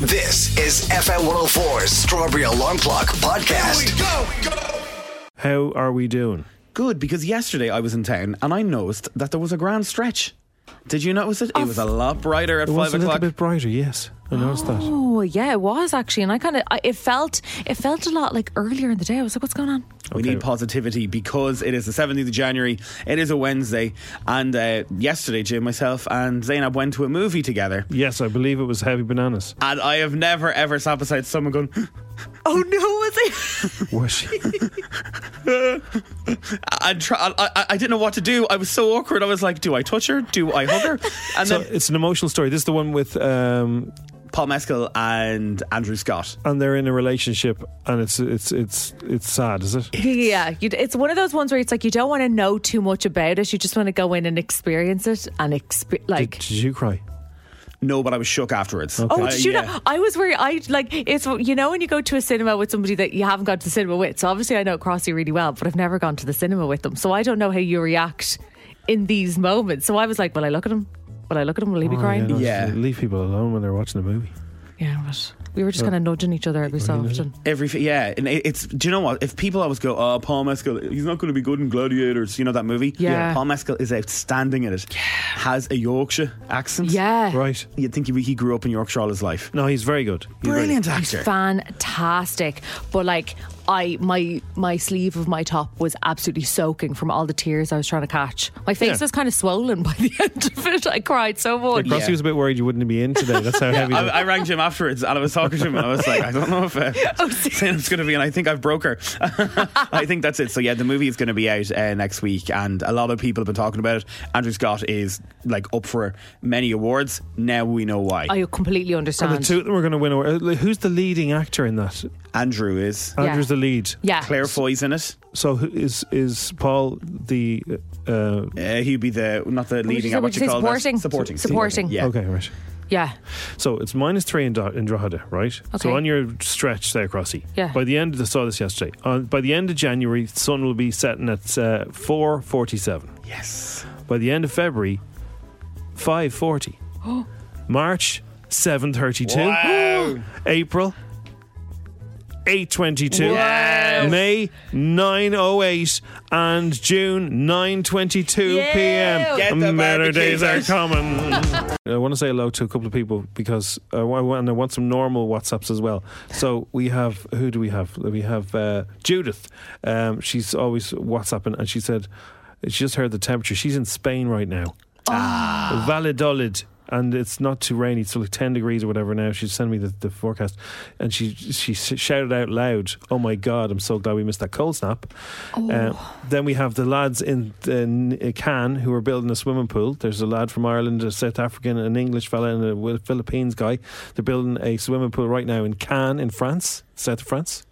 This is FM 104's Strawberry Alarm Clock Podcast. How are we doing? Good, because yesterday I was in town and I noticed that there was a grand stretch. Did you notice it? It was a lot brighter at It five was a little o'clock. bit brighter, yes. I noticed that. Oh yeah, it was actually, and I kind of it felt it felt a lot like earlier in the day. I was like, what's going on? We Okay. need positivity because it is the 17th of January. It is a Wednesday. And uh, yesterday, Jim, myself, and Zainab went to a movie together. Yes, I believe it was heavy bananas. And I have never, ever sat beside someone going, Oh no, was it? Was she? and try, I, I, I didn't know what to do. I was so awkward. I was like, do I touch her? Do I hug her? And so then it's an emotional story. This is the one with, um, Paul Mescal and Andrew Scott. and they're in a relationship, and it's it's it's it's sad, is it? yeah, you, it's one of those ones where it's like you don't want to know too much about it. You just want to go in and experience it and exp- like. Did you cry? No, but I was shook afterwards. Oh, I- did you yeah. know? I was worried. I like it's you know when you go to a cinema with somebody that you haven't gone to the cinema with. So obviously I know Crossy really well, but I've never gone to the cinema with them, so I don't know how you react in these moments. So I was like, will I look at him? Will I look at him? Will he be Oh, crying? no, Yeah. Leave people alone when they're watching a movie. Yeah, but we were just kind of nudging each other every so often. Every yeah, and it- it's do you know what? If people always go, "Oh, Paul Mescal, he's not going to be good in Gladiators," you know that movie. Yeah. Yeah. Paul Mescal is outstanding at it. Has a Yorkshire accent. Yeah, Right. you'd think he, he grew up in Yorkshire all his life. No, he's very good. He's very- Brilliant He's actor. fantastic. But like I my my sleeve of my top was absolutely soaking from all the tears I was trying to catch. My face Yeah. was kind of swollen by the end of it. I cried so much. Crossy was a bit worried you wouldn't be in today. That's how heavy. I, the- I rang Jim afterwards and I was talking to him and I was like, I don't know if uh, Oh, Sam's going to be, and I think I've broke her. I think that's it. So yeah, the movie is going to be out uh, next week, and a lot of people have been talking about it. Andrew Scott is like up for many awards. Now we know why. I completely and understand. the two of them are going to win. Award. Who's the leading actor in that? Andrew is. Yeah. Andrew's the lead. yeah. Claire Foy's in it. So who is is Paul the? Uh, Uh, he'd be the not the Would you leading. say- uh, would what you you say call that? supporting? Supporting. Supporting. Yeah. Okay, right. Yeah. So it's minus three in, Dra- in Drogheda, right? Okay. So on your stretch there, Crossy. Yeah. By the end, of I saw this yesterday. On, by the end of January, the sun will be setting at uh, four forty-seven. Yes. By the end of February, five forty. Oh. March seven thirty-two. Wow. April eight twenty-two. May nine oh eight and June nine twenty-two Yeah. p.m. Get the better barbecue days are out. coming. I want to say hello to a couple of people because uh, I want, and I want some normal WhatsApps as well. So we have who do we have? We have uh, Judith. Um, she's always WhatsApping, and she said she just heard the temperature. She's in Spain right now, Valladolid. And it's not too rainy. It's like ten degrees or whatever now. She sent me the, the forecast, and she she sh- shouted out loud, "Oh my God! I'm so glad we missed that cold snap." Uh, then we have the lads in, in Cannes who are building a swimming pool. There's a lad from Ireland, a South African, an English fella, and a Wil- Philippines guy. They're building a swimming pool right now in Cannes, in France, south of France.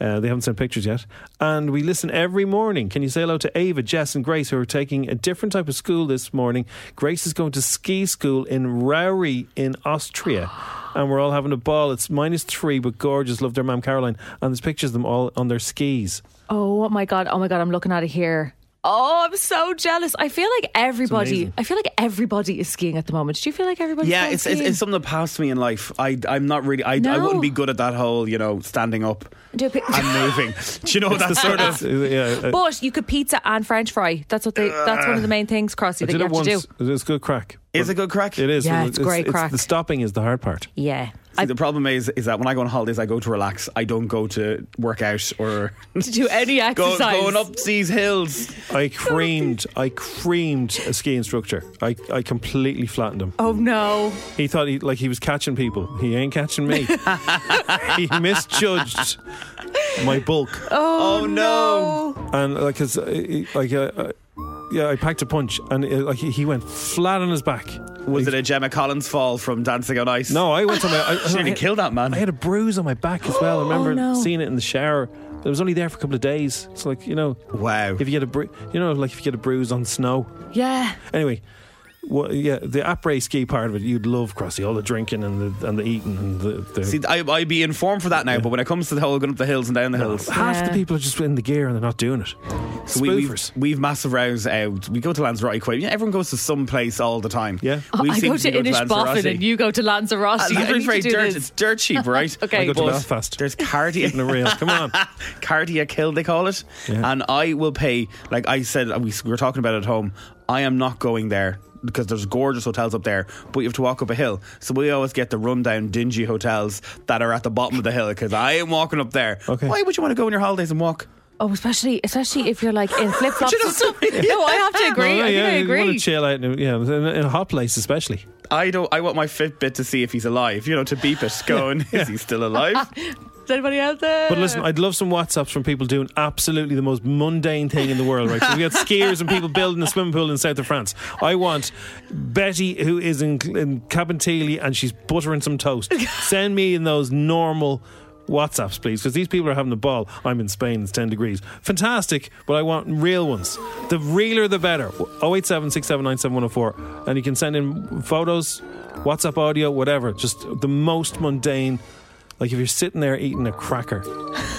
Uh, they haven't sent pictures yet. And we listen every morning. Can you say hello to Ava, Jess, and Grace, who are taking a different type of school this morning? Grace is going to ski school in Rowry in Austria. And we're all having a ball. It's minus three, but gorgeous. Love their mum, Caroline. And there's pictures of them all on their skis. Oh my god. Oh my god. I'm looking at it here. Oh, I'm so jealous. I feel like everybody. amazing. I feel like everybody is skiing at the moment. Do you feel like everybody's Yeah, going it's, it's skiing? it's something that passed me in life. I I'm not really. I, I No. wouldn't be good at that whole you know standing up Do a pic- and moving. Do you know that sort of? yeah, uh, But you could pizza and French fry. That's what they. That's one of the main things, Crossy, I that you did it have to do. once. It's good crack. Is it good crack? It is. Yeah, Well, it's great crack. the stopping is the hard part. Yeah. See, I, the problem is, is that when I go on holidays, I go to relax. I don't go to work out or to do any go, exercise. going up these hills. Oh, I creamed. I creamed a ski instructor. I, I completely flattened him. Oh no. He thought he like he was catching people. He ain't catching me. he misjudged my bulk, Oh, no! Oh. and like his like uh, uh, yeah, I packed a punch, and uh, like he he went flat on his back. Was it a Gemma Collins fall from Dancing on Ice? No, I went to my. I, she nearly killed that man. I had a bruise on my back as well. I remember no. seeing it in the shower. It was only there for a couple of days. It's like you know, wow. if you get a bru- you know, like if you get a bruise on snow. Yeah. Anyway, wha- yeah, the après ski part of it, you'd love Crossy, all the drinking and the and the eating and the. the See, I, I'd be informed for that now, but when it comes to the whole going up the hills and down the hills, half the Yeah. people are just in the gear and they're not doing it. So we, we've, Spoofers. we've massive rounds out. We go to Lanzarote quite. You know, everyone goes to some place all the time. Yeah. Oh, We I seem go to be going Inishbofin Lanzarote. and you go to Lanzarote. Uh, I need Lanzarote's to very do dirt. this. It's dirt cheap, right? Okay. I go to But Belfast. There's Cardia. In a rail, come on. Cardia Kill, they call it. Yeah. And I will pay, like I said, we we were talking about it at home. I am not going there because there's gorgeous hotels up there, but you have to walk up a hill. So we always get the rundown, dingy hotels that are at the bottom of the hill because I am walking up there. Okay. Why would you want to go on your holidays and walk? Oh, especially especially if you're like in flip flops. you know Oh, and stuff. No, I have to agree. I think I You want agree. to chill out, in, yeah, in, in a hot place especially. I don't. I want my Fitbit to see if he's alive. You know, to beep it, going, is he still alive? Is anybody out there? But listen, I'd love some WhatsApps from people doing absolutely the most mundane thing in the world, right? So we got skiers and people building a swimming pool in the south of France. I want Betty, who is in, in Cabinteely and she's buttering some toast. Send me in those normal WhatsApps, please, because these people are having the ball. I'm in Spain, it's 10 degrees. Fantastic, but I want real ones. The realer, the better. 087 679 7104. And you can send in photos, WhatsApp audio, whatever. Just the most mundane. Like if you're sitting there eating a cracker,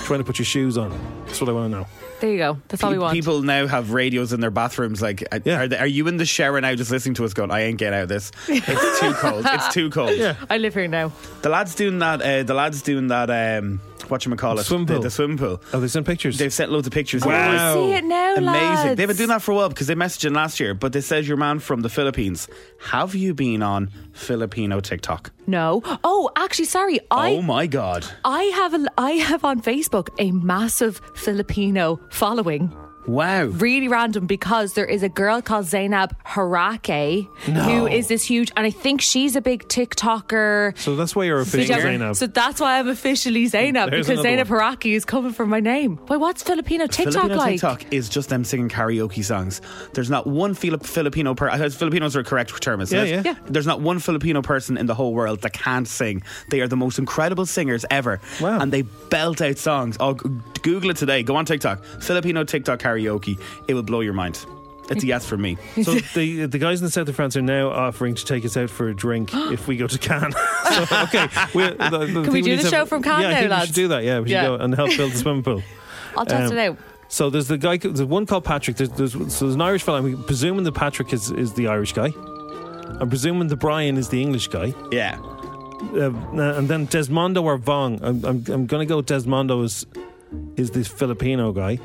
trying to put your shoes on. That's what I want to know. there you go. That's all we want. People now have radios in their bathrooms. Like, uh, Yeah. are, they, are you in the shower now just listening to us going, I ain't getting out of this. It's too cold. It's too cold. Yeah. I live here now. The lad's doing that, uh, the lad's doing that, um, whatchamacallit? Swim pool. The, the swim pool. Oh, they sent pictures. They've sent loads of pictures. Wow. I see it now, Oh, Amazing. lads. They've been doing that for a while because they messaged in last year, but they says your man from the Philippines. Have you been on Filipino TikTok? No. Oh, actually, sorry. I oh my God. I have a, I have on Facebook a massive Filipino following. Wow. Really random because there is a girl called Zainab Harake who is this huge, and I think she's a big TikToker. so that's why you're official, Whichever. Zainab. So that's why I'm officially Zainab There's because another Zainab Haraki is coming from my name. Wait, what's Filipino TikTok Filipino like? TikTok is just them singing karaoke songs. There's not one Fili- Filipino person. Filipinos are the correct term, isn't Yeah, it? yeah. Yeah. There's not one Filipino person in the whole world that can't sing. They are the most incredible singers ever, Wow. and they belt out songs. Oh, g- Google it today. Go on TikTok, Filipino TikTok karaoke. It will blow your mind. It's a yes for me. So the the guys in the south of France are now offering to take us out for a drink if we go to Cannes. so, okay, we're, the, the thing we do need the to show from Cannes Yeah, I now, think we lads? should do that. Yeah, we should Yeah. go and help build the swimming pool. I'll test Um, it out. So there's the guy. There's one called Patrick. There's, there's so there's an Irish fellow. I'm presuming the Patrick is, is the Irish guy. I'm presuming the Brian is the English guy. Yeah. Oh, uh, and then Desmondo or Vong. I'm, I'm, I'm going to go Desmondo is, is this Filipino guy.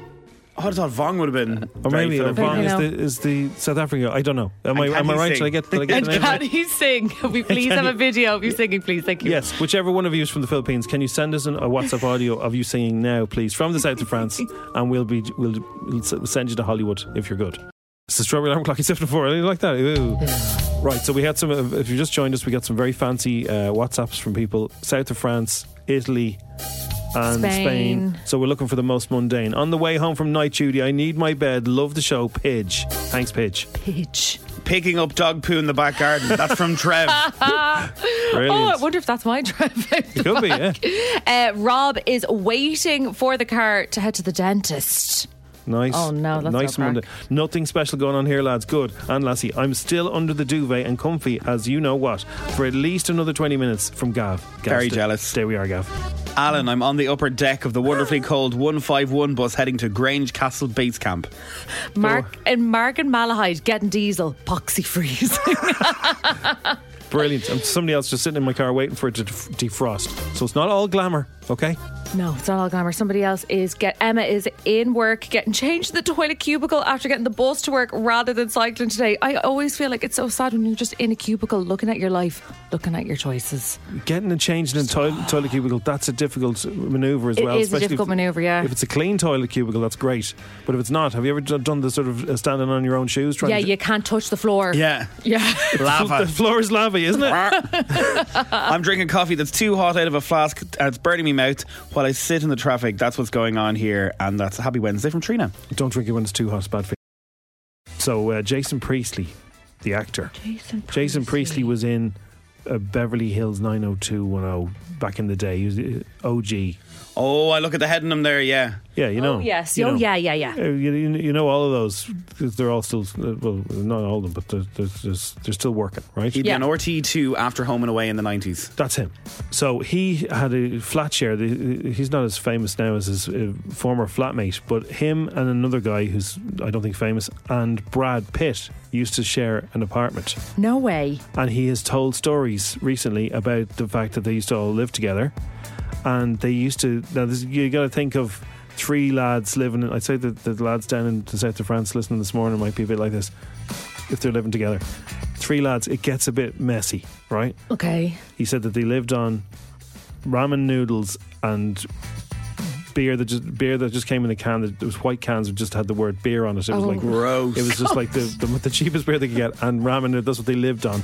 Oh, I thought Vong would have been. Or very maybe uh, Vong Filipino. is the, is the South African guy. I don't know. Am I, And can am I he right? sing? Should I get, did I get And the name can right? you sing? Can we please Can have a you- video of you singing, please? Thank you. Yes, whichever one of you is from the Philippines, can you send us an, a WhatsApp audio of you singing now, please, from the south of France, and we'll be we'll, we'll s- send you to Hollywood if you're good. It's the strawberry alarm clock. It's seven four. I really like that. Ooh. Right. So we had some. uh, If you just joined us, we got some very fancy uh, WhatsApps from people south of France, Italy. And Spain. Spain. So we're looking for the most mundane. On the way home from night duty, I need my bed. Love the show, Pidge. Thanks, Pidge. Pitch. Picking up dog poo in the back garden. That's from Trev. Oh, I Brilliant. wonder if that's my drive. Could be, yeah. uh, Rob is waiting for the car to head to the dentist. Nice. Oh, no, that's nice not Monday. crack. Nothing special going on here, lads. Good. And Lassie, I'm still under the duvet and comfy as you know what for at least another 20 minutes from Gav. Gav Very stay- jealous. Stay we are, Gav. Alan, I'm on the upper deck of the wonderfully cold 151 bus heading to Grange Castle Base Camp. Mark and Mark and Malahide getting diesel, poxy freeze. Brilliant. And somebody else just sitting in my car waiting for it to def- defrost. So it's not all glamour, okay? no, it's not all glamour. Somebody else is get Emma is in work, getting changed in the toilet cubicle after getting the bus to work rather than cycling today. I always feel like it's so sad when you're just in a cubicle looking at your life, looking at your choices. Getting and changing in a toilet, toilet cubicle, that's a difficult maneuver as It well. is a especially difficult if, manoeuvre, yeah. If it's a clean toilet cubicle, that's great. But if it's not, have you ever d- done the sort of uh, standing on your own shoes? Trying yeah, to you can't touch the floor. Yeah. Yeah. The Lava. floor is lava, isn't it? I'm drinking coffee that's too hot out of a flask and it's burning me mouth while I sit in the traffic. That's what's going on here. And that's a happy Wednesday from Trina. Don't drink it when it's too hot. It's bad for you. So uh, Jason Priestley, the actor. Jason Priestley. Jason Priestley was in uh, Beverly Hills 90210 back in the day. He was uh, OG. Oh, I look at the head in him there. Yeah. Yeah, you know. Oh, yes. You oh, know. yeah, yeah, yeah. Uh, You, you you know all of those. 'cause They're all still uh, well, not all of them, but they're, they're, they're, they're still working, right? He'd Yeah. be an RT2 after Home and Away in the 90s. That's him. So he had a flat share. The- He's not as famous now as his uh, former flatmate, but him and another guy who's I don't think famous, and Brad Pitt used to share an apartment. No way. and he has told stories recently about the fact that they used to all live together and they used to now this, you got to think of three lads living in, I'd say that the lads down in the south of France listening this morning might be a bit like this if they're living together three lads it gets a bit messy right Okay. he said that they lived on ramen noodles and beer that just beer that just came in a can that it was white cans that just had the word beer on it it was Oh. like Gross. it was just like the, the, the cheapest beer they could get, and ramen. That's what they lived on.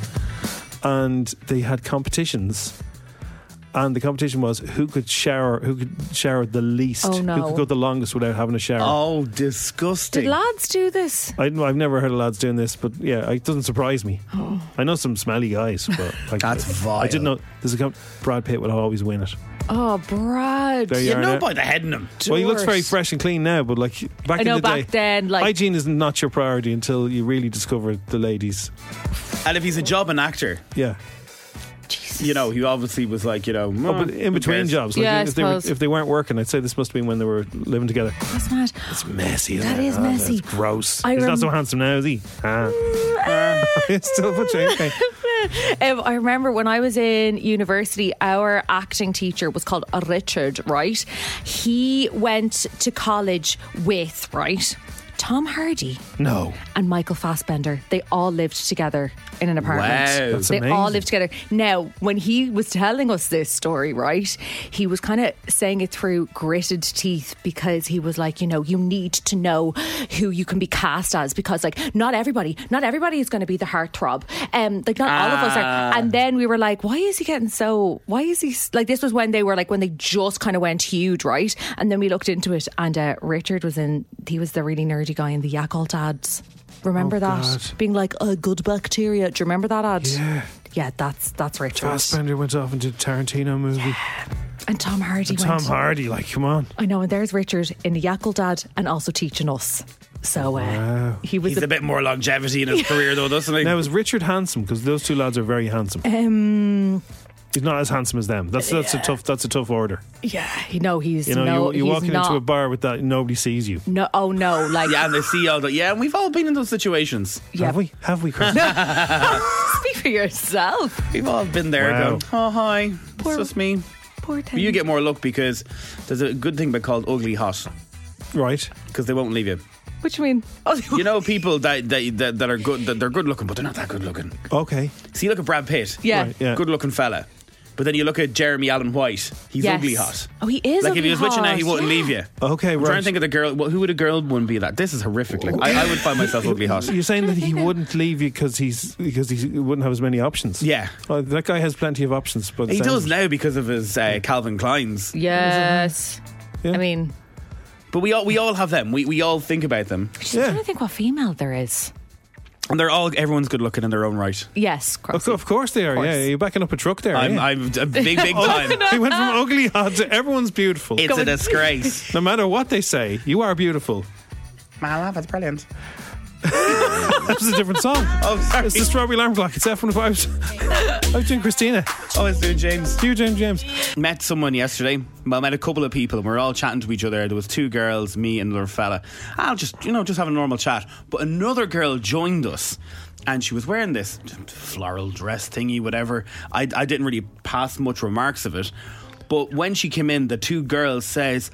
And they had competitions, and the competition was who could shower, who could shower the least, Oh, no. who could go the longest without having a shower. Oh, Did disgusting. lads do this? I, I've never heard of lads doing this, but yeah, it doesn't surprise me. Oh. I know some smelly guys, but like, uh, That's I vile. didn't know. There's a comp- Brad Pitt would always win it. Oh, Brad. There you you are know now. by the head in him. Well, he looks very worse. fresh and clean now, but like back I know in the day, back then, like- hygiene is not your priority until you really discover the ladies. And if he's a job and actor, Yeah, you know, he obviously was like, you know, Oh, but in between jobs, like Yeah, I if, they were, suppose. if they weren't working, I'd say this must have been when they were living together. That's mad. It's messy. Isn't That it? is Oh, messy. That's gross. I He's rem- not so handsome now, is he? Ah. It's still much okay. Um, I remember when I was in university, our acting teacher was called Richard, right? He went to college with, right? Tom Hardy No, and Michael Fassbender. They all lived together in an apartment. Wow. That's they all amazing. lived together. Now, when he was telling us this story, right, he was kind of saying it through gritted teeth because he was like, you know, you need to know who you can be cast as because, like, not everybody, not everybody is going to be the heartthrob. Um, like, not all of us Ah. are. And then we were like, why is he getting so? Why is he s- like? This was when they were like when they just kind of went huge, right? And then we looked into it, and uh, Richard was in. He was the really nerdy guy in the Yakult ads. Remember Oh, that God. being like a good bacteria? Do you remember that ad? Yeah. Yeah, that's that's Richard. Fassbender went off and did a Tarantino movie. And Tom Hardy And Tom went. Hardy, like, come on. I know, and there's Richard in the Yackle Dad and also teaching us. So uh, he was He's a bit more longevity in his career, though, doesn't he? Now is Richard handsome? Because those two lads are very handsome. um He's not as handsome as them. That's that's a tough that's a tough order. yeah, you know he's You know, no you, you're he's walking not, into a bar with that, nobody sees you. No oh no, like yeah, and they see all that. Yeah, and we've all been in those situations. yeah. Have we? Have we? Chris? Speak for yourself. We've all been there Wow. going, oh, hi, it's just me. Poor But you get more luck because there's a good thing about called ugly hot right. because they won't leave you. Which mean oh, You know, people that, that, that, that are good, that they're good looking, but they're not that good looking. Okay. See, look at Brad Pitt. Yeah. Right, yeah. Good looking fella. But then you look at Jeremy Allen White. He's Yes. ugly hot. Oh, he is Like ugly if he was richer now, he hot, wouldn't yeah. leave you. Okay, I'm right. trying to think of the girl. Well, who would a girl wouldn't be like? This is horrific. Like I, I would find myself ugly hot. You're saying that he wouldn't leave you because he's because he wouldn't have as many options. Yeah. Oh, that guy has plenty of options, but He does now because of his uh, Calvin Kleins. Yes. Yeah. I mean But we all we all have them. We we all think about them, I'm Yeah. trying to think what female there is. and they're all everyone's good looking in their own right. Yes, Of, Crossy. course- of course they are. course. Yeah, you're backing up a truck there. I'm yeah. I'm a big big time. he went from ugly hot to everyone's beautiful. It's a disgrace. no matter what they say, you are beautiful. My love, it's brilliant. This is a different song. Oh, sorry. It's the Strawberry Alarm Clock. It's F105. I was doing Christina. Oh, it's doing James. You, James James. Met someone yesterday. Well, met a couple of people, and we were all chatting to each other. There was two girls, me and another fella. I'll just, you know, just have a normal chat. But another girl joined us, and she was wearing this floral dress thingy, whatever. I, I didn't really pass much remarks of it, but when she came in, the two girls says,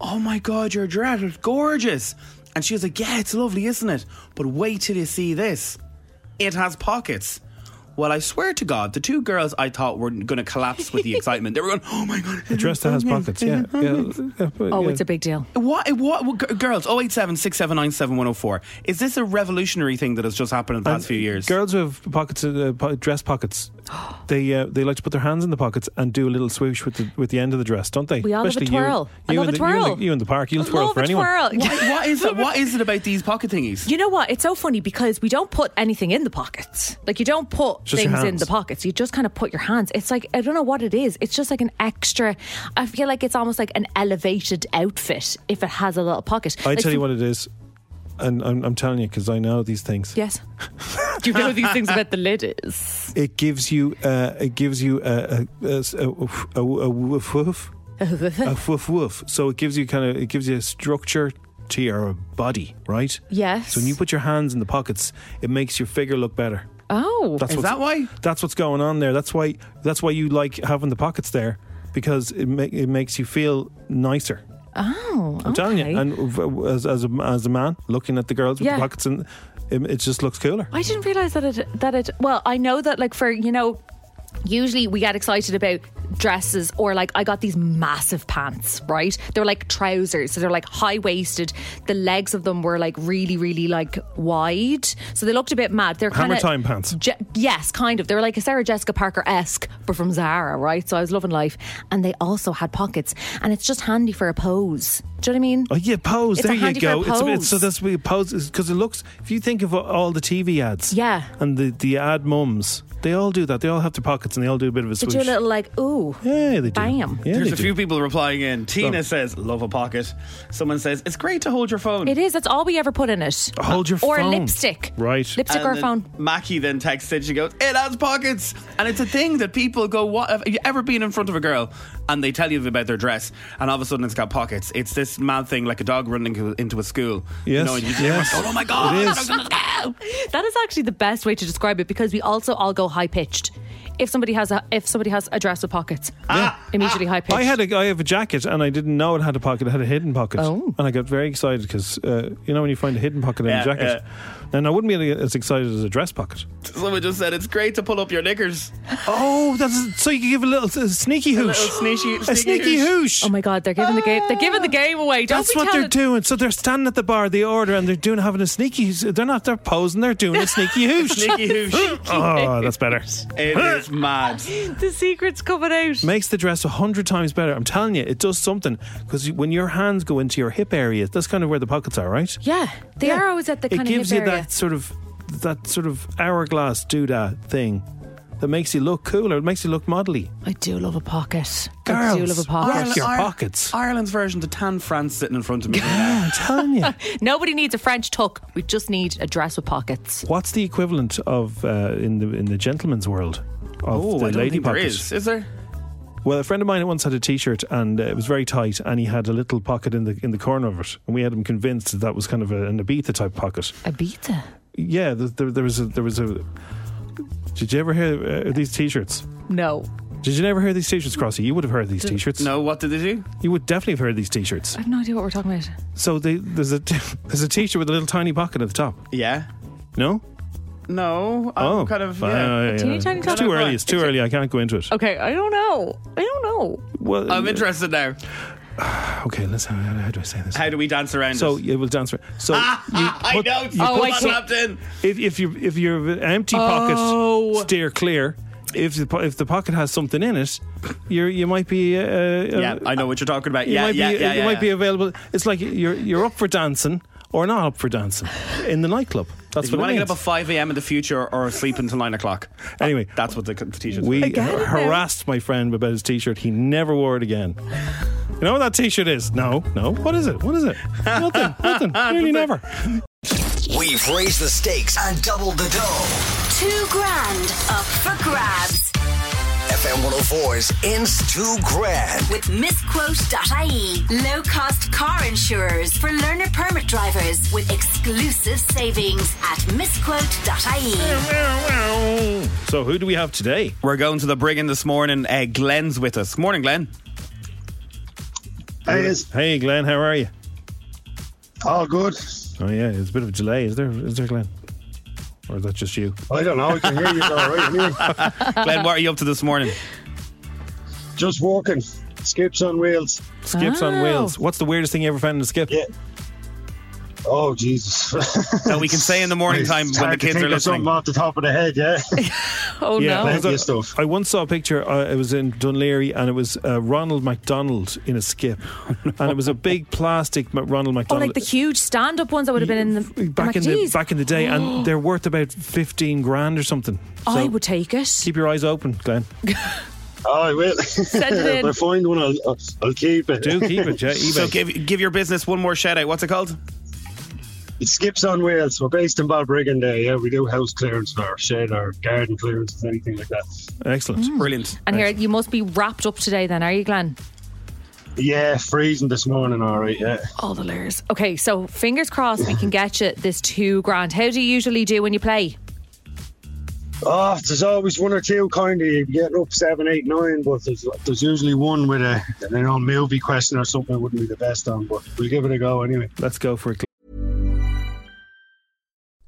"Oh my God, your dress is gorgeous," and she was like, "Yeah, it's lovely, isn't it?" But wait till you see this. It has pockets. Well, I swear to God, the two girls I thought were going to collapse with the excitement. They were going, "Oh my God!" A dress that has pockets. Yeah. yeah. Oh, it's a big deal. What? What? what g- girls, 087 679 7104. Is this a revolutionary thing that has just happened in the past few years? Girls who have pockets, uh, po- dress pockets, they uh, they like to put their hands in the pockets and do a little swoosh with the with the end of the dress, don't they? We all love a Especially twirl. I You, you love in a the, You in twirl. the, you in the park, you'll I twirl love for a anyone. twirl. What- what is it? What is it about these pocket thingies? You know what? It's so funny because we don't put anything in the pockets. Like you don't put Just your things in hands. the pockets. You just kind of put your hands. It's like I don't know what it is. It's just like an extra. I feel like it's almost like an elevated outfit if it has a little pocket. I Like, tell you what it is, and I'm, I'm telling you because I know these things. Yes. Do you know these things about the lid is? It gives you uh, it gives you a a, a, a, a, a woof woof a woof woof. So it gives you kind of it gives you a structure to your body, right? Yes. So when you put your hands in the pockets, it makes your figure look better. Oh. That's Is what's- that why? That's what's going on there. That's why. That's why you like having the pockets there because it ma- it makes you feel nicer. Oh. I'm telling okay. you. And v- as as a, as a man looking at the girls with Yeah. the pockets and it, it just looks cooler. I didn't realize that it that it. Well, I know that like for you know, usually we get excited about dresses or like I got these massive pants, right? They're like trousers, so they're like high waisted. The legs of them were like really, really like wide, so they looked a bit mad. They're Hammer kind of time pants. Je- yes, kind of. They were like a Sarah Jessica Parker esque, but from Zara, right? So I was loving life, and they also had pockets, and it's just handy for a pose. Do you know what I mean? Oh yeah, pose. It's a there you handy for a go. It's, it's, so pose. that's we pose because it looks. If you think of all the TV ads, Yeah. and the the ad mums, they all do that. They all have their pockets and they all do a bit of a They swoosh. do a little like ooh, yeah, they do. Bam. Yeah, There's they a do. Oh. few people replying in. Tina says, "Love a pocket." Someone says, "It's great to hold your phone." It is. That's all we ever put in it. Hold your or phone. a lipstick. Right. Lipstick or a then phone. Mackie then texted. She goes, "It has pockets," and it's a thing that people go. What have you ever been in front of a girl and they tell you about their dress, and all of a sudden it's got pockets? It's this mad thing, like a dog running into- into a school. Yes, you know, and you yes. Go, oh my god! It the is. dog's in the school." That is actually the best way to describe it because we also all go high pitched. If somebody has a if somebody has a dress with pockets, immediately high pitched. Ah, I had a I have a jacket and I didn't know it had a pocket. It had a hidden pocket, Oh. and I got very excited because uh, you know when you find a hidden pocket in Yeah, a jacket, and I wouldn't be as excited as a dress pocket. Someone just said it's great to pull up your knickers. Oh, that's so you can give a little a sneaky A hoosh, little sneaky, a sneaky hoosh. oh my god, they're giving the game they're giving the game away. Don't Ah, That's be what they're telling- doing. So they're standing at the bar, they order, and they're doing having a sneaky. They're not. They're posing. They're doing a sneaky hoosh. Sneaky hoosh. Oh, that's better. It is mad. The secret's coming out. Makes the dress a hundred times better. I'm telling you, it does something because when your hands go into your hip area, that's kind of where the pockets are, right? yeah, they are always at the It kind gives of you hip area. that sort of that sort of hourglass doodah thing that makes you look cooler. It makes you look modelly. I do love a pocket. I do Girls, love a rock pocket. your pockets. Oh, Ireland's version to tan France sitting in front of me. I'm telling you. Nobody needs a French tuck. We just need a dress with pockets. What's the equivalent of uh, in the in the gentleman's world of Oh, the I don't lady think there pocket? is. Is there? Well, a friend of mine once had a T-shirt and uh, it was very tight, and he had a little pocket in the in the corner of it, and we had him convinced that that was kind of a, an Ibiza type pocket. Ibiza. Yeah, there, there, there was a, there was a. Did you ever hear uh, these T-shirts? No. Did you never hear these T-shirts, Crossy? You would have heard these T-shirts. No. What did they do? you would definitely have heard these T-shirts. I have no idea what we're talking about. So they, there's a there's a T-shirt with a little tiny pocket at the top. Yeah. No, No. I'm oh, kind of. Uh, Yeah. yeah. Teeny tiny It's top. too early. It's too early. I can't go into Oh, it. Okay, I don't know. I don't know. Well, I'm interested now. Okay, let's. How, how do I say this? How do we dance around So it? it will dance. for- So I put- know. you Oh, put I some- see. slapped in. if if you if you have an empty Oh. pocket, steer clear. If the po- if the pocket has something in it, you you might be uh, uh, Yeah, I know what you're talking about. you Yeah, might yeah, be yeah, you yeah, might yeah. be available. It's like you're you're up for dancing or not up for dancing in the nightclub. That's If you what want to it get means. up at 5 a.m. in the future or sleep until 9 o'clock. Anyway. That's what the c- t-shirt we is. Again? harassed my friend about his t-shirt. He never wore it again. You know what that t-shirt is? No, no. What is it? What is it? Nothing. Nothing. Really never. We We've raised the stakes and doubled the dough. Two grand up for grabs FM 104's Ins 2 Grand. with misquote.ie. Low cost E. car insurers for learner permit drivers with exclusive savings at misquote.ie. So who do we have today? We're going to the Brigham this morning. Uh, Glenn's with us. Morning, Glenn. Hey, is Hey Glenn, how are you? all good. Oh yeah, it's a bit of a delay. Is there? Is there Glenn? Or is that just you? I don't know. I can hear you all right. Anyway, Glenn, what are you up to this morning? just walking. Skips on wheels. Skips on Oh. wheels. What's the weirdest thing you ever found in a skip? Yeah. Oh Jesus! That we can say in the morning time It's when the hard to kids think are of listening. Something off the top of the head, yeah. Oh no. Yeah. Well, Plenty that- of stuff. I once saw a picture. Uh, it was in Dunleary, and it was uh, Ronald McDonald in a skip, and it was a big plastic Mac- Ronald Oh, McDonald. like the huge stand up ones that would have been in the I'm back like, in the "Geez, back in the day, and they're worth about fifteen grand or something. I So would take it. keep your eyes open, Glenn. Oh, I will. Send it if I in. find one, I'll, I'll- I'll keep it. Do keep it, yeah. eBay. So give give your business one more shout out. What's it called? It skips on wheels. We're based in Balbriggan there. Yeah, we do house clearance or shed or garden clearances, anything like that. Excellent. Brilliant. And here you must be wrapped up today then, are you, Glenn? Yeah, freezing this morning. All right. Yeah. All the layers. Okay, so fingers crossed we can get you this two grand. How do you usually do when you play? Oh, there's always one or two kind of you get up seven, eight, nine, but there's there's usually one with a you know movie question or something it wouldn't be the best on, but we'll give it a go anyway. Let's go for it. Glenn.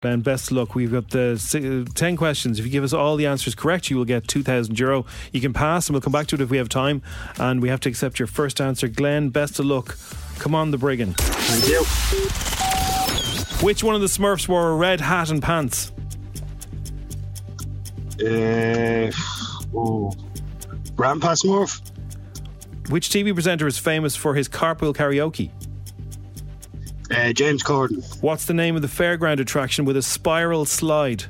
Glenn, best of luck. We've got the si- uh, ten questions. If you give us all the answers correct, you will get two thousand euro. You can pass, and we'll come back to it if we have time. And we have to accept your first answer, Glenn. Best of luck. Come on, the brigand. Thank you. Which one of the Smurfs wore a red hat and pants? Uh, oh, Grandpa Smurf, Which TV presenter is famous for his carpool karaoke? uh, James Corden, What's the name of the fairground attraction with a spiral slide?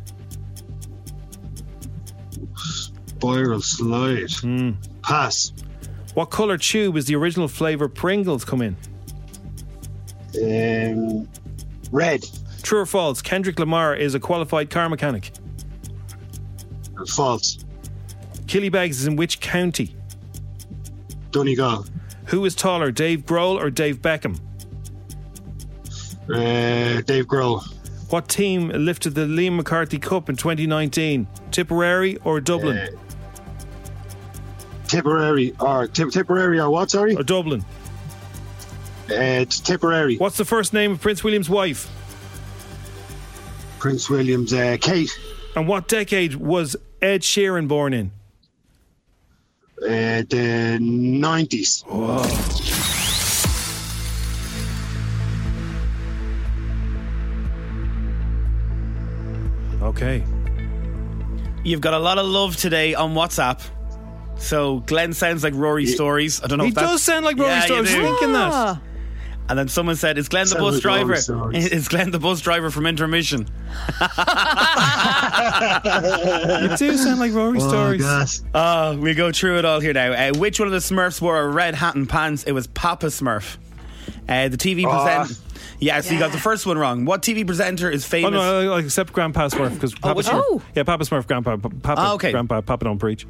Viral Slide, Pass, What colour tube is the original flavour Pringles come in? um, Red, True or false, Kendrick Lamar is a qualified car mechanic. False, Killybegs is in which county? Donegal, Who is taller, Dave Grohl or Dave Beckham? uh, Dave Grohl, What team lifted the Liam McCarthy Cup in 2019? Tipperary or Dublin? Uh, Tipperary, or Tip- Tipperary, or what? Sorry, or Dublin. uh, Tipperary. What's the first name of Prince William's wife? Prince William's uh, Kate, And what decade was Ed Sheeran born in? uh, the nineties. Oh, Okay. You've got a lot of love today on WhatsApp. So Glenn sounds like Rory Stories. I don't know He if Oh, that's... does sound like Rory Yeah, you Stories. I was do. thinking that. And then someone said, "Is Glenn the Sounds bus like Rory driver? Stories. Is Glenn the bus driver from intermission?" You do sound like Rory Stories. Oh, we go through it all here now. Uh, which one of the Smurfs wore a red hat and pants? It was Papa Smurf. Uh, the TV Ah. presenter. Yeah, so you got the first one wrong. What TV presenter is Oh famous? no! I- I accept Grandpa Smurf because Papa which Smurf. one? Yeah, Papa Smurf, Grandpa, P- Papa, Oh, Ah, okay. Grandpa, Papa don't preach.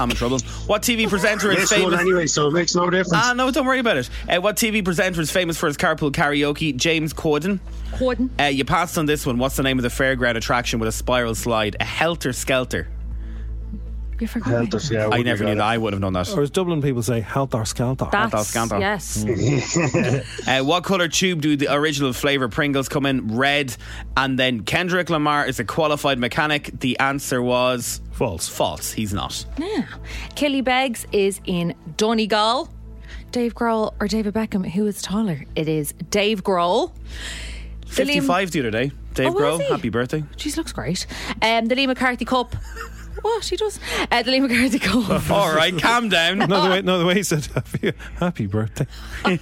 I'm in trouble. What TV presenter is This one famous? anyway, so it makes no difference. Ah, no, don't worry about it. Uh, what TV presenter is famous for his carpool karaoke? James Corden. Corden. Uh, you passed on this one. What's the name of the fairground attraction with a spiral slide? A helter skelter. You forgot. Hell, does- yeah, I wouldn't never knew have that. Oh, got Oh. I would have known that. Or as Dublin people say, Helter Skelter. That's, Scantal. yes. Mm. Uh, what color tube do the original flavor Pringles come in? Red. And then Kendrick Lamar is a qualified mechanic. The answer was False. false. He's not. Now, Kelly Beggs is in Donegal. Dave Grohl or David Beckham, who is taller? It is Dave Grohl. The Liam- Fifty-five the other day. Dave Oh, was Grohl, he? happy birthday. Jeez, looks great. Um, the Lee McCarthy Cup. What she does? Uh, the Lee McCarthy Cup. All right, calm down. No, the way, no, the way he said happy, happy birthday.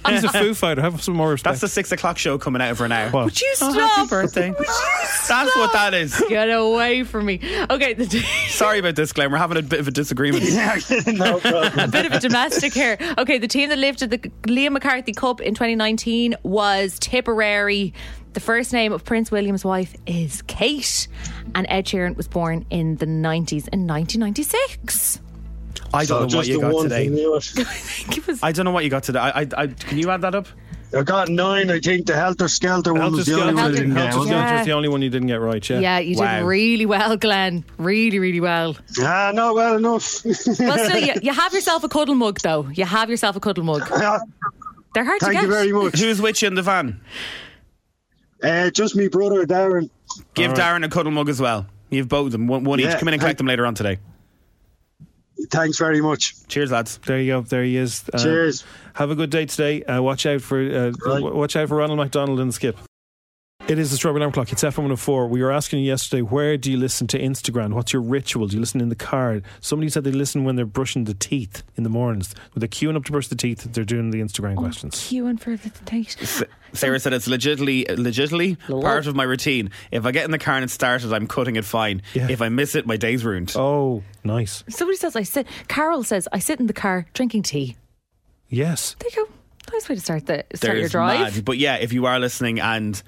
He's a Foo Fighter. Have some more respect. That's the six o'clock show coming out for an hour. Wow. Would you Oh, stop? happy birthday. Would you That's what that is. Get away from me. Okay, the, Sorry about this, Glenn. We're having a bit of a disagreement. that. no problem. a bit of a domestic here. Okay, the team that lifted the Liam McCarthy Cup in 2019 was Tipperary. The first name of Prince William's wife is Kate, and Ed Sheeran was born in the 90s in 1996. I don't So know what just you the got one thing today. knew it. Give us I don't know what you got today. I, I, I, can you add that up? I got nine, I think. The Helter Skelter one Helter was the only one I Skelter. didn't get. Helter wasn't it? Skelter Yeah. was the only one you didn't get right. Yeah. yeah, you Wow. did really well, Glenn. Really, really well. Ah, no, well enough. Well, still, you, you have yourself a cuddle mug, though. You have yourself a cuddle mug. They're hard to Thank get. you very much. Who's with you in the van? Uh, just me brother, Darren. Give Darren a cuddle mug as well. You've both of them, one, one each. Yeah, Come in and collect I- them later on today. Thanks very much. Cheers, lads. There you go. There he is. Uh, Cheers. Have a good day today. Uh, watch out for uh, Right. w- watch out for Ronald McDonald and Skip. It is the Strawberry Alarm Clock. It's F104. We were asking you yesterday, where do you listen to Instagram? What's your ritual? Do you listen in the car? Somebody said they listen when they're brushing the teeth in the mornings. When they're queuing up to brush the teeth, they're doing the Instagram Oh, questions. Queuing for the date. Sarah said it's legitimately, legitimately part of my routine. If I get in the car and it started, I'm cutting it fine. Yeah. If I miss it, my day's ruined. Oh, nice. Somebody says I sit. Carol says I sit in the car drinking tea. Yes. There you go. Nice way to start the start There's your drive. mad. But yeah, if you are listening and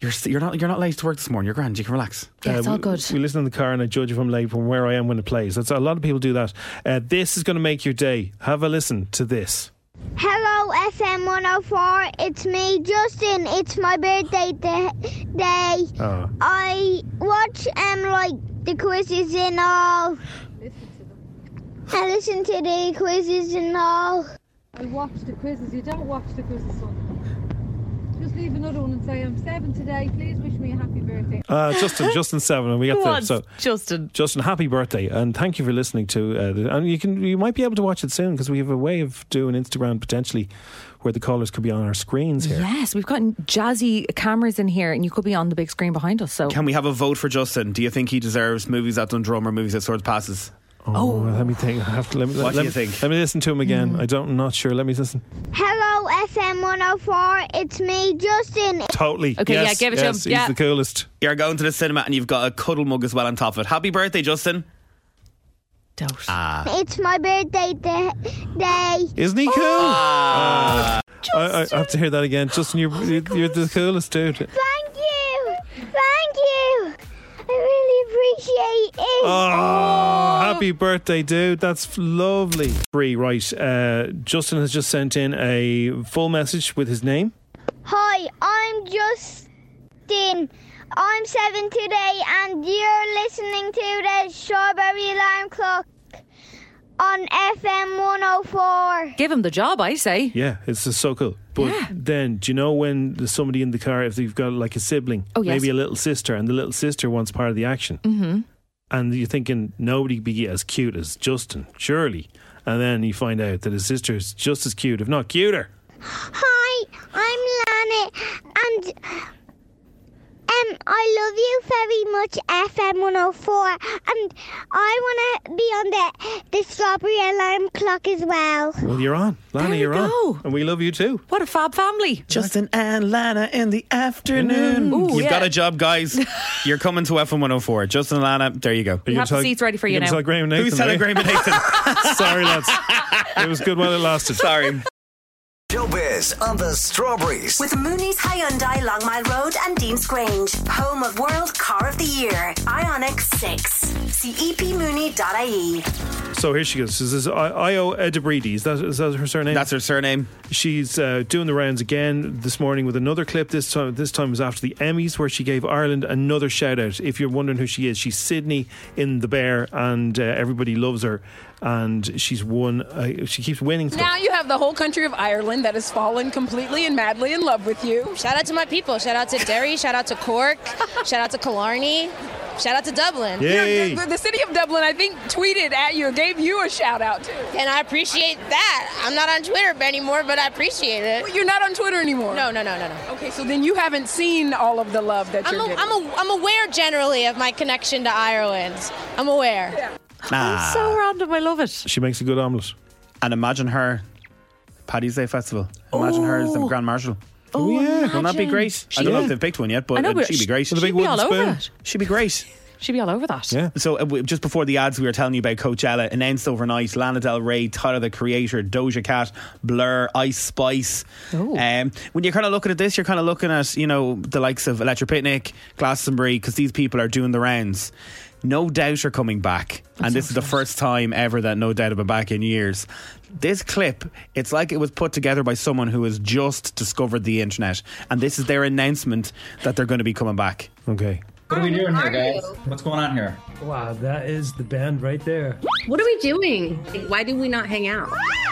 you're st- you're not you're not late to work this morning, you're grand. You can relax. Yeah, it's Uh, all we- good. We listen in the car and I judge if I'm late from where I am when it plays. That's a lot of people do that. Uh, this is going to make your day. Have a listen to this. Hello, SM 104. It's me, Justin. It's my birthday t- day. Oh. I watch um like the quizzes and all. I listen to the quizzes and all. I watch the quizzes. You don't watch the quizzes, son. Just leave another one and say, I'm seven today. Please wish me a happy birthday. Uh, Justin, Justin Seven, and we got Go there. on, So, Justin. Justin, happy birthday, and thank you for listening to. Uh, the- and you can, you might be able to watch it soon because we have a way of doing Instagram potentially, where the callers could be on our screens here. Yes, we've gotten jazzy cameras in here, and you could be on the big screen behind us. So Can we have a vote for Justin? Do you think he deserves movies at Dundrum or movies at Swords Passes? Oh, let me think. I have to, let me, What let do you me- think? Let me listen to him Mm. again. I don't. I'm not sure. Let me listen. Hello, SM 104. It's me, Justin. Totally. Okay, yeah, Yes, give it to yes, him. He's Yeah. the coolest. You're going to the cinema and you've got a cuddle mug as well on top of it. Happy birthday, Justin! don't. Ah. It's my birthday t- day. Isn't he cool? Ah. Uh, I, I have to hear that again, Oh Justin. You're you're, you're the coolest dude. Thank you. Thank you. I really appreciate it. Oh, happy birthday, dude. That's f- lovely. Free, right. Uh, Justin has just sent in a full message with his name. Hi, I'm Justin. I'm seven today, and you're listening to the Strawberry Alarm Clock on FM 104. Give him the job, I say. Yeah, it's just so cool. But Yeah. then, do you know when there's somebody in the car, if you've got like a sibling, Oh, yes. maybe a little sister, and the little sister wants part of the action? Mm-hmm. And you're thinking, nobody be as cute as Justin, surely. And then you find out that his sister is just as cute, if not cuter. Hi, I'm Lana, and Um, I love you very much, FM 104, and I want to be on the the strawberry alarm clock as well. Well, you're on. Lana, There you you're on. And we love you too. What a fab family. Justin and Lana in the afternoon. Ooh, You've yeah. got a job, guys. You're coming to FM 104. Justin oh and Lana, there you go. We have the seats ready for you now. Who's telling Graham and Nathan? eh? Sorry, lads. It was good while it lasted. Sorry. Showbiz on the Strawberries. With Mooney's Hyundai Long Mile Road and Dean's Grange, home of World Car of the Year, Ionic 6. See epmooney.ie. So here she goes. This is I- Io Edebridi. Is that, is that her surname? That's her surname. She's uh, doing the rounds again this morning with another clip. This time, this time was after the Emmys, where she gave Ireland another shout out. If you're wondering who she is, she's Sydney in The Bear, and uh, everybody loves her. And she's won. Uh, she keeps winning stuff. Now you have the whole country of Ireland that has fallen completely and madly in love with you. Shout out to my people. Shout out to Derry. shout out to Cork. shout out to Killarney. Shout out to Dublin. You know, the, the city of Dublin, I think, tweeted at you, gave you a shout out too. And I appreciate that. I'm not on Twitter anymore, but I appreciate it. You're not on Twitter anymore. No, no, no, no, no. Okay, so then you haven't seen all of the love that I'm, you're a, getting. I'm, a, I'm aware generally of my connection to Ireland. I'm aware. Oh, Ah. So random. I love it. She makes a good omelette. And imagine her, Paddy's Day Festival. Imagine her as the Grand Marshal. Oh, yeah. Wouldn't that be great? I don't know if they've picked one yet, but, I know, uh, but she'd be sh- great. With a big she'd be wooden all over spoon. it. She'd be great. She'd be all over that. So uh, we- just before the ads, we were telling you about Coachella announced overnight. Lana Del Rey, Tyler the Creator, Doja Cat, Blur, Ice Spice. Um, when you're kind of looking at this, you're kind of looking at you know the likes of Electric Picnic, Glastonbury, because these people are doing the rounds. No doubt are coming back, and this is the first time ever that No Doubt have been back in years. This clip, it's like it was put together by someone who has just discovered the internet, and this is their announcement that they're going to be coming back. Okay. What are we doing here, guys? What's going on here? Wow, that is the band right there. What are we doing? Why do we not hang out?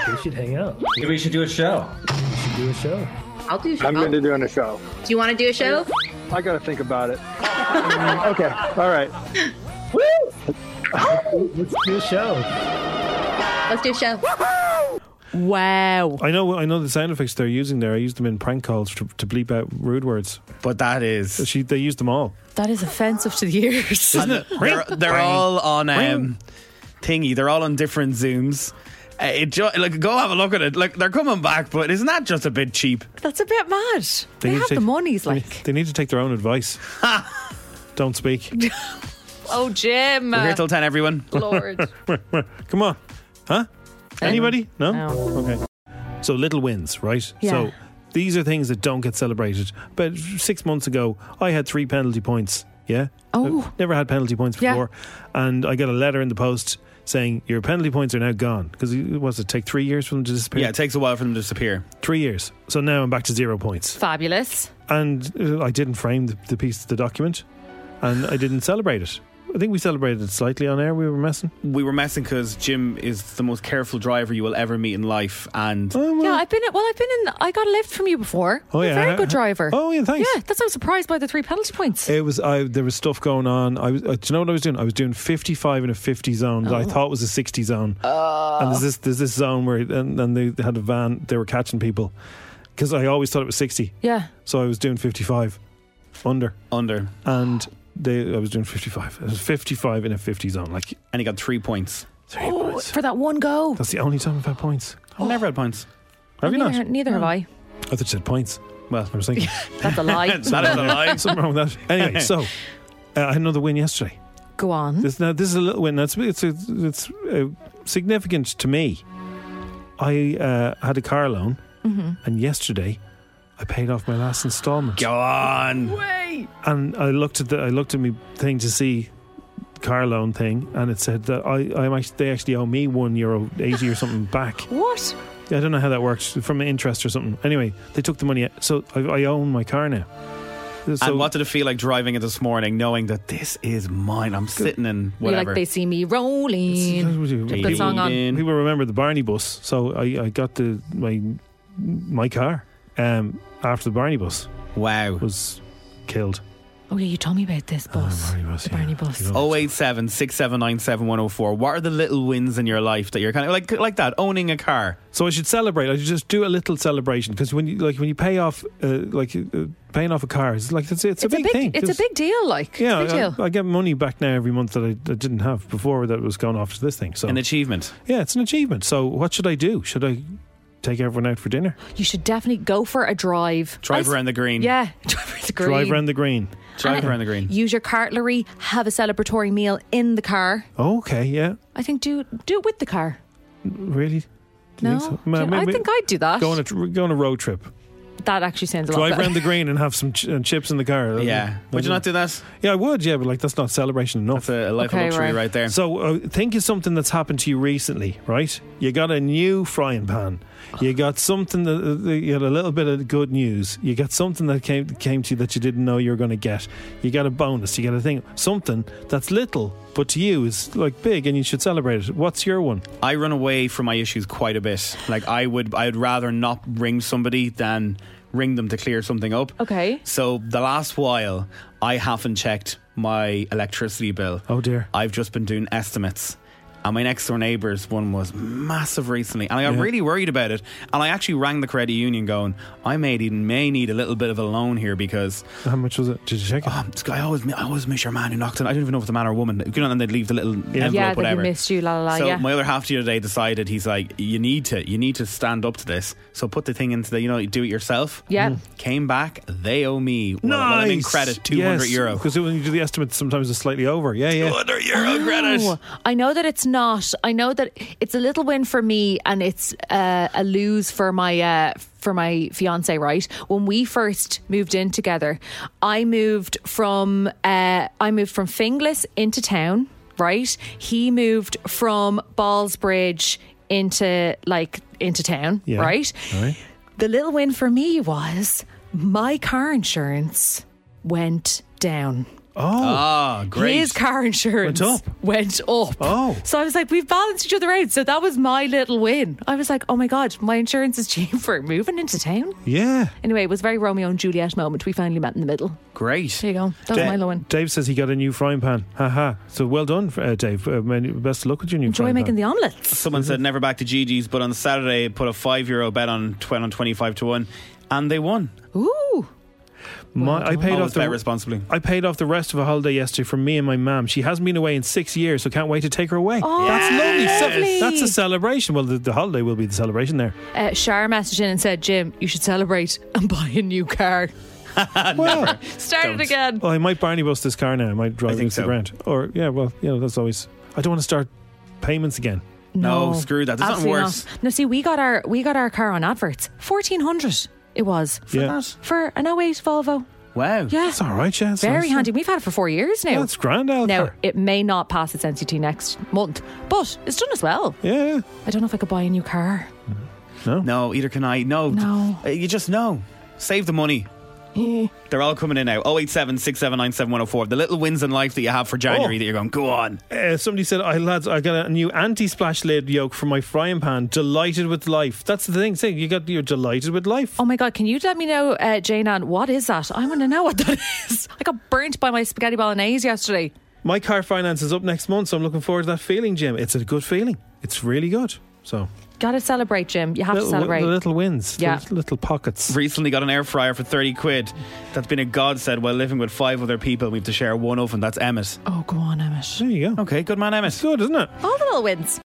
We should hang out. We should do a show. We should do a show. I'll do. I'm I'll- into doing a show. Do you want to do a show? I gotta think about it. okay, all right. Woo! Let's do a show. Let's do a show. Wow. I know. I know the sound effects they're using there. I used them in prank calls to, to bleep out rude words. But that is she. They used them all. That is offensive to the ears. Isn't it? They're, they're all on um, thingy. They're all on different zooms. Uh, it ju- like go have a look at it. Like they're coming back, but isn't that just a bit cheap? That's a bit mad. They, need have to the take- monies, like. They need to take their own advice. Don't speak. Oh, Jim. We're here till ten, everyone. Lord. Come on. Huh? Anybody? No? Okay. So little wins, right? Yeah. So these are things that don't get celebrated. But six months ago, I had three penalty points. Yeah. Oh. never had penalty points before. And I got a letter in the post saying, Your penalty points are now gone. Because it was it take three years for them to disappear? Yeah, it takes a while for them to disappear. Three years. So now I'm back to zero points. Fabulous. and uh, I didn't frame the, the piece of the document, and I didn't celebrate it. I think we celebrated it slightly on air. We were messing. We were messing because Jim is the most careful driver you will ever meet in life, and Yeah, I've been. Well, I've been in. I got a lift from you before. Oh, You're a yeah. very good driver. Oh, yeah, thanks. Yeah, that's why I'm surprised by the three penalty points. It was I. There was stuff going on. I was. Uh, do you know what I was doing? I was doing fifty-five in a fifty zone that I Oh. thought was a sixty zone. And there's this there's this zone where and, and they had a van. They were catching people because I always thought it was sixty. Yeah. So I was doing fifty-five under under and. They, I was doing 55. It was 55 in a 50 zone. Like, and he got three points. Oh, for that one go. That's the only time I've had points. I've never had points. Have you neither, not? Neither have I. I thought you said points. Well, I was thinking. That's a lie. Something wrong- Something wrong with that. Anyway, so uh, I had another win yesterday. Go on. This now this is a little win. That's it's it's, it's uh, significant to me. I uh, had a car loan, Mhm. and yesterday I paid off my last instalment. Go on. Way. And I looked at the I looked at my thing to see car loan thing, and it said that I I'm actually, they actually owe me one euro eighty or something back. What? I don't know how that works from interest or something. Anyway, they took the money, out, so I, I own my car now. So- and what did it feel like driving it this morning, knowing that this is mine? I'm sitting in You're whatever. like they see me rolling. Put the song on. People remember the Barney bus, so I, I got the my my car um, after the Barney bus. Wow, was killed. Oh, Oh yeah, you told me about this bus, the Barney bus. Oh, 087 679 7104. What are the little wins in your life that you're kind of like like that? Owning a car. So I should celebrate. I should just do a little celebration because when you like when you pay off uh, like uh, paying off a car, it's like it's, it's, a big, thing. It's a Just- big deal, like Yeah, it's a big deal. I, I get money back now every month that I, that didn't have before that was going off to this thing. So An achievement. yeah, it's an achievement. So what should I do? Should I take everyone out for dinner? you should definitely go for a drive. Drive I s- around the green. Yeah, drive around the green. Drive around the green. And Use your cartlery. Have a celebratory meal in the car. Okay, yeah, I think do do it with the car. really. Do No, you think so? Ma- I maybe think I'd do that. Go on a tr- go on a road trip. that actually sounds a lot Drive better. around the green and have some ch- uh, chips in the car. Yeah. Would you not do that? Yeah, I would. Yeah, but like that's not celebration enough. That's a life of Okay, luxury right. right there. So uh, think of something that's happened to you recently, right? You got a new frying pan. You got something that uh, that- you had a little bit of good news. You got something that came came to you that you didn't know you were going to get. You got a bonus. You got a thing. Something that's little, but to you is like big, and you should celebrate it. What's your one? I run away from my issues quite a bit. Like I would, I'd rather not ring somebody than ring them to clear something up. Okay. So the last while, I haven't checked my electricity bill. Oh dear. I've just been doing estimates. And my next door neighbour's one was massive recently, and I got Yeah. really worried about it. And I actually rang the credit union, going, "I may need, may need a little bit of a loan here because How much was it? Did you check it? Um, this guy I always, mi- I always miss your man who knocked on. I don't even know if it's a man or a woman. You know, and they'd leave the little envelope, yeah, that whatever. he missed you, la la la. So yeah. my other half the other day decided he's like, you need to, you need to stand up to this. So put the thing into the, you know, do it yourself. Yeah. Mm. Came back, they owe me. Well, well, I mean, credit two hundred euro. Because when you do the estimate, sometimes it's slightly over. Yeah, yeah. Two hundred euro Oh. No, I know that it's not. I know that it's a little win for me, and it's uh, a lose for my uh, for my fiance. Right when we first moved in together, I moved from uh, I moved from Finglas into town. Right, he moved from Ballsbridge into like into town. Yeah. Right, the little win for me was my car insurance went down. Oh, Ah, great. His car insurance Went Went up. Oh, so I was like, we've balanced each other out. So that was my little win. I was like, oh my god, my insurance is cheaper. Moving into town. Yeah. Anyway, it was a very Romeo and Juliet moment. We finally met in the middle. Great. There you go. That was my little win. Dave says he got a new frying pan. Haha. So well done, uh, Dave. Uh, many- best of luck with your new Enjoy frying making pan. the omelets. Someone said never back to Gigi's, but on Saturday put a five euro bet on tw- on twenty five to one, and they won. Ooh. My, I paid Always off the bet responsibly. I paid off the rest of a holiday yesterday for me and my mum. She hasn't been away in six years, so can't wait to take her away. Oh, that's lovely. Yes. So- lovely. That's a celebration. Well, the, the holiday will be the celebration there. Uh, Shar messaged in and said, Jim, you should celebrate and buy a new car. Well, Start it again. Well, I might Barney bust this car now. I might drive I think it to so. Grant. Or yeah, well, you know that's always. I don't want to start payments again. No, screw that. There's nothing Absolutely worse. not. No, see, we got our we got our car on adverts. Fourteen hundred it was For Yeah. that? for an 08 Volvo. Wow, yeah, it's all right. Yeah, it's Very nice. handy. We've had it for four years now. That's grand, Al. Now it may not pass its NCT next month, but it's done as well. Yeah. I don't know if I could buy a new car. No, no, either can I. No, No. Uh, you just know. Save the money. They're all coming in now. 087 679 7104. The little wins in life that you have for January Oh. that you're going, go on. Uh, somebody said, "I lads, I got a new anti-splash lid yoke for my frying pan. Delighted with life. That's the thing. Saying you got you're delighted with life. Oh my god! Can you let me know, uh, Jane Ann, what is that? I want to know what that is. I got burnt by my spaghetti bolognese yesterday. My car finance is up next month, so I'm looking forward to that feeling, Jim. It's a good feeling. It's really good. So Got to celebrate, Jim. You have little, to celebrate. the little wins, Yeah. little, little pockets. Recently got an air fryer for 30 quid. That's been a godsend while living with five other people. We have to share one oven. That's Emmett. Oh, go on, Emmett. There you go. Okay, good man, Emmett. good, isn't it? All the little wins.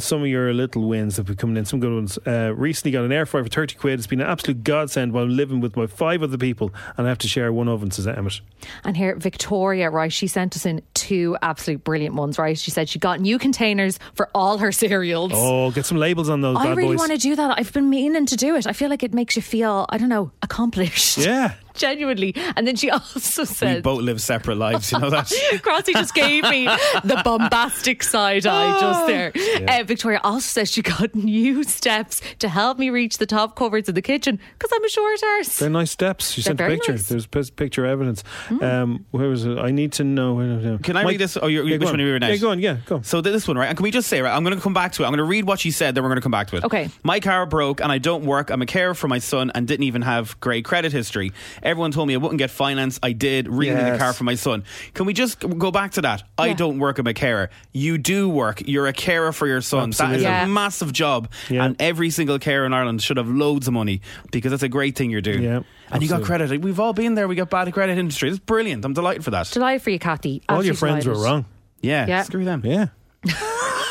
Some of your little wins have been coming in. Some good ones. Uh, recently got an air fryer for thirty quid. It's been an absolute godsend while living with my five other people, and I have to share one oven. Says Emmett. And here, Victoria, right? She sent us in two absolute brilliant ones, right? She said she got new containers for all her cereals. Oh, get some labels on those I bad really boys. want to do that. I've been meaning to do it. I feel like it makes you feel, I don't know, accomplished. Yeah. Genuinely. And then she also we said, both live separate lives, you know that? Crossy just gave me the bombastic side eye just there. Ah. Yeah. Uh, Victoria also says she got new steps to help me reach the top cupboards of the kitchen because I'm a short arse. They're nice steps. She They're sent a very picture. nice. Mm. There's pis- picture evidence. Um, where was it? I need to know. where- where- Can I Mike- read this? Oh, you're, yeah, go which one on. are you reading Yeah, go on. Yeah, go. So th- this one, right? And can we just say, right? I'm going to come back to it. I'm going to read what she said, then we're going to come back to it. Okay. My car broke, and I don't work. I'm a carer for my son, and didn't even have great credit history. Everyone told me I wouldn't get finance. I did. Reading the Yes. car for my son. Can we just go back to that? I Yeah. don't work. I'm a carer. You do work. You're a carer for your son. That is Absolutely. Yeah. a massive job, and every single carer in Ireland should have loads of money because that's a great thing you're doing. Yeah, and you got absolutely. credit. We've all been there. We got bad credit industry. It's brilliant. I'm delighted for that. Delighted for you, Kathy. Absolutely delighted. Yeah. Yeah. Screw them. Yeah.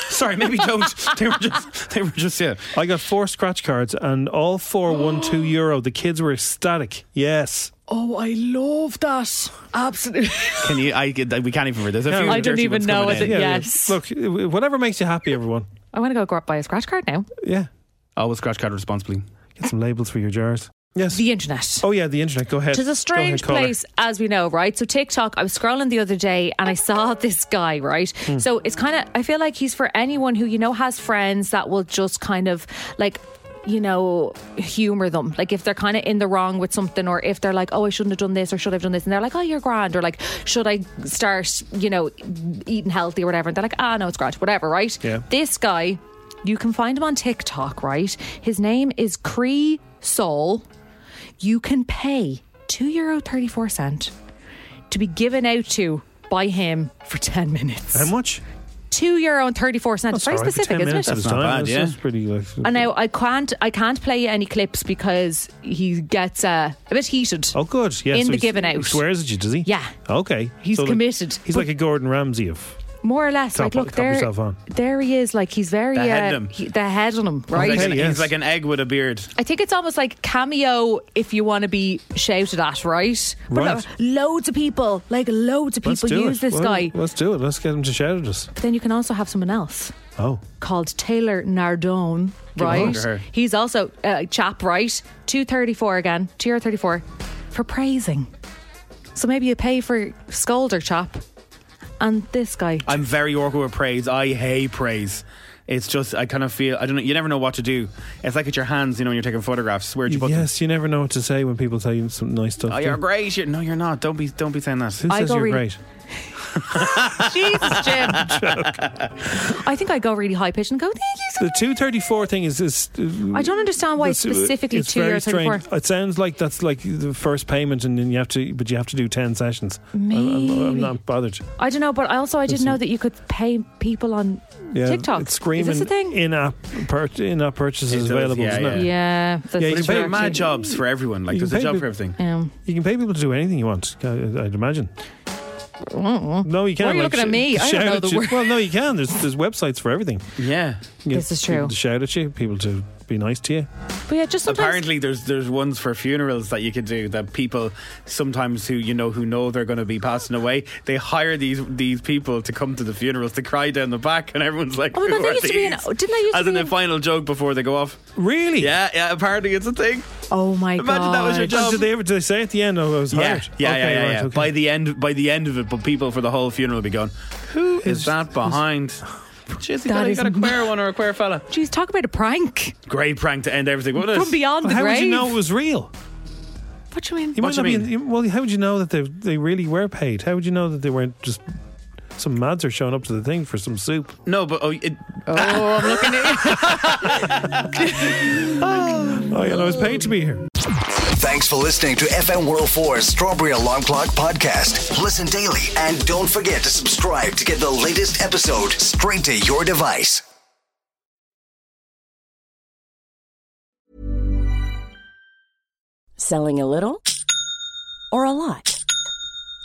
Sorry, maybe don't. they were just. They were just. Yeah. I got four scratch cards and all four won two euro. The kids were ecstatic. Yes. Oh, I love that. Absolutely. Can you? I. We can't even read this. There's a few I don't dirty even ones know coming it. in. Oh, Yes. Look, whatever makes you happy, everyone. I want to go gr- buy a scratch card now. Yeah. Always scratch card responsibly. Get some labels for your jars. Yes. The internet. Oh, yeah, the internet. Go ahead. Which is a Go ahead, strange caller. place, as we know, right? So TikTok, I was scrolling the other day and I saw this guy, right? Hmm. So it's kind of, I feel like he's for anyone who you know has friends that will just kind of like. You know, humor them. Like if they're kind of in the wrong with something, or if they're like, "Oh, I shouldn't have done this," or "Should I have done this," and they're like, "Oh, you're grand," or like, "Should I start, you know, eating healthy or whatever?" And they're like, "Ah, no, it's grand, whatever." Right? Yeah. This guy, you can find him on TikTok. Right? His name is Cree Soul you can pay two euro thirty four cent to be given out to by him for ten minutes. How much? Two euro and thirty four cent. It's very Sorry, for specific, 10 isn't it? minutes at a time, that's- that's pretty like. And now I can't I can't play you any clips because he gets uh, a bit heated. Oh, good. Yeah, In so the he's- given He out. swears at you, does he? Yeah. Okay. He's like- committed. he's like a Gordon Ramsay of. More or less, Top- like look top there, yourself on. there he is. Like he's very The head uh, on him. he- the head on him, right? He's like, an, he's like an egg with a beard. I think it's almost like cameo if you want to be shouted at, right? But Right. look, loads of people, like loads of Let's people do use it. this Well, guy. Let's do it. Let's get him to shout at us. But then you can also have someone else Oh. called Taylor Nardone, Give it right? to her. He's also a chap, right? 234 again, 234 for praising. So maybe you pay for Scolder chap and this guy. I'm very awkward with praise. I hate praise. It's just I kind of feel I don't know. You never know what to do. It's like with your hands, you know, when you're taking photographs. Where'd you put Yes, you never know what to say when people tell you some nice stuff. them? Oh, do you're you? great. You're, no, you're not. Don't be. Don't be saying that. Who says you're great? Jesus, Jim. I think I go really high pitched and go, "Thank you The 234 thing is. is I don't understand why it's, uh, specifically it's two very euro thirty four. strange. It sounds like that's like the first payment, and then you have to, but you have to do 10 sessions. I'm- I'm, I'm Maybe. not bothered. I don't know, but I also I didn't Listen. know that you could pay people on Yeah, TikTok. It's screaming Is this a thing? in-app, pur- in-app purchases It does, available, yeah, isn't yeah. it? Yeah, that's Yeah, Yeah, you you can pay- pay mad jobs for everyone. Like You can there's a pay job peop- for everything. Um, You can pay people to do anything you want. I- I'd imagine. Why No, you can't. are you like, looking at me? I don't shout know at the you. word. Well, no, you can. There's there's websites for everything. Yeah, This is true. People to shout at you, people to be nice to you. But yeah, just sometimes Apparently, there's there's ones for funerals that you can do that people sometimes who you know who know they're going to be passing away. They hire these these people to come to the funerals to cry down the back, and everyone's like, Oh my God, "Who there are used to be an- these?" didn't there used to As in be a final joke before they go off. Really? Yeah, yeah. Apparently, it's a thing. Oh my Imagine that was your Did- job. Did they ever? Did they say at the end? Oh, I was um, Yeah, hired. yeah, yeah, Okay, yeah. right, yeah. okay. By the end, by the end of it, but people for the whole funeral will be going. Who is that behind? Jeez, you That got, you is got a mad. queer one or a queer fella. Jeez, talk about a prank Great prank to end everything. What from is- beyond the how grave. would you know it was real? What do you mean? You might not be. in- well, how would you know that they they really were paid? How would you know that they weren't just some mads are showing up to the thing for some soup? No, but oh, it, oh I'm looking Oh, yeah, I was paid to be here. Thanks for listening to FM World 4's oh Strawberry Alarm Clock podcast. Listen daily and don't forget to subscribe to get the latest episode straight to your device. Selling a little or a lot?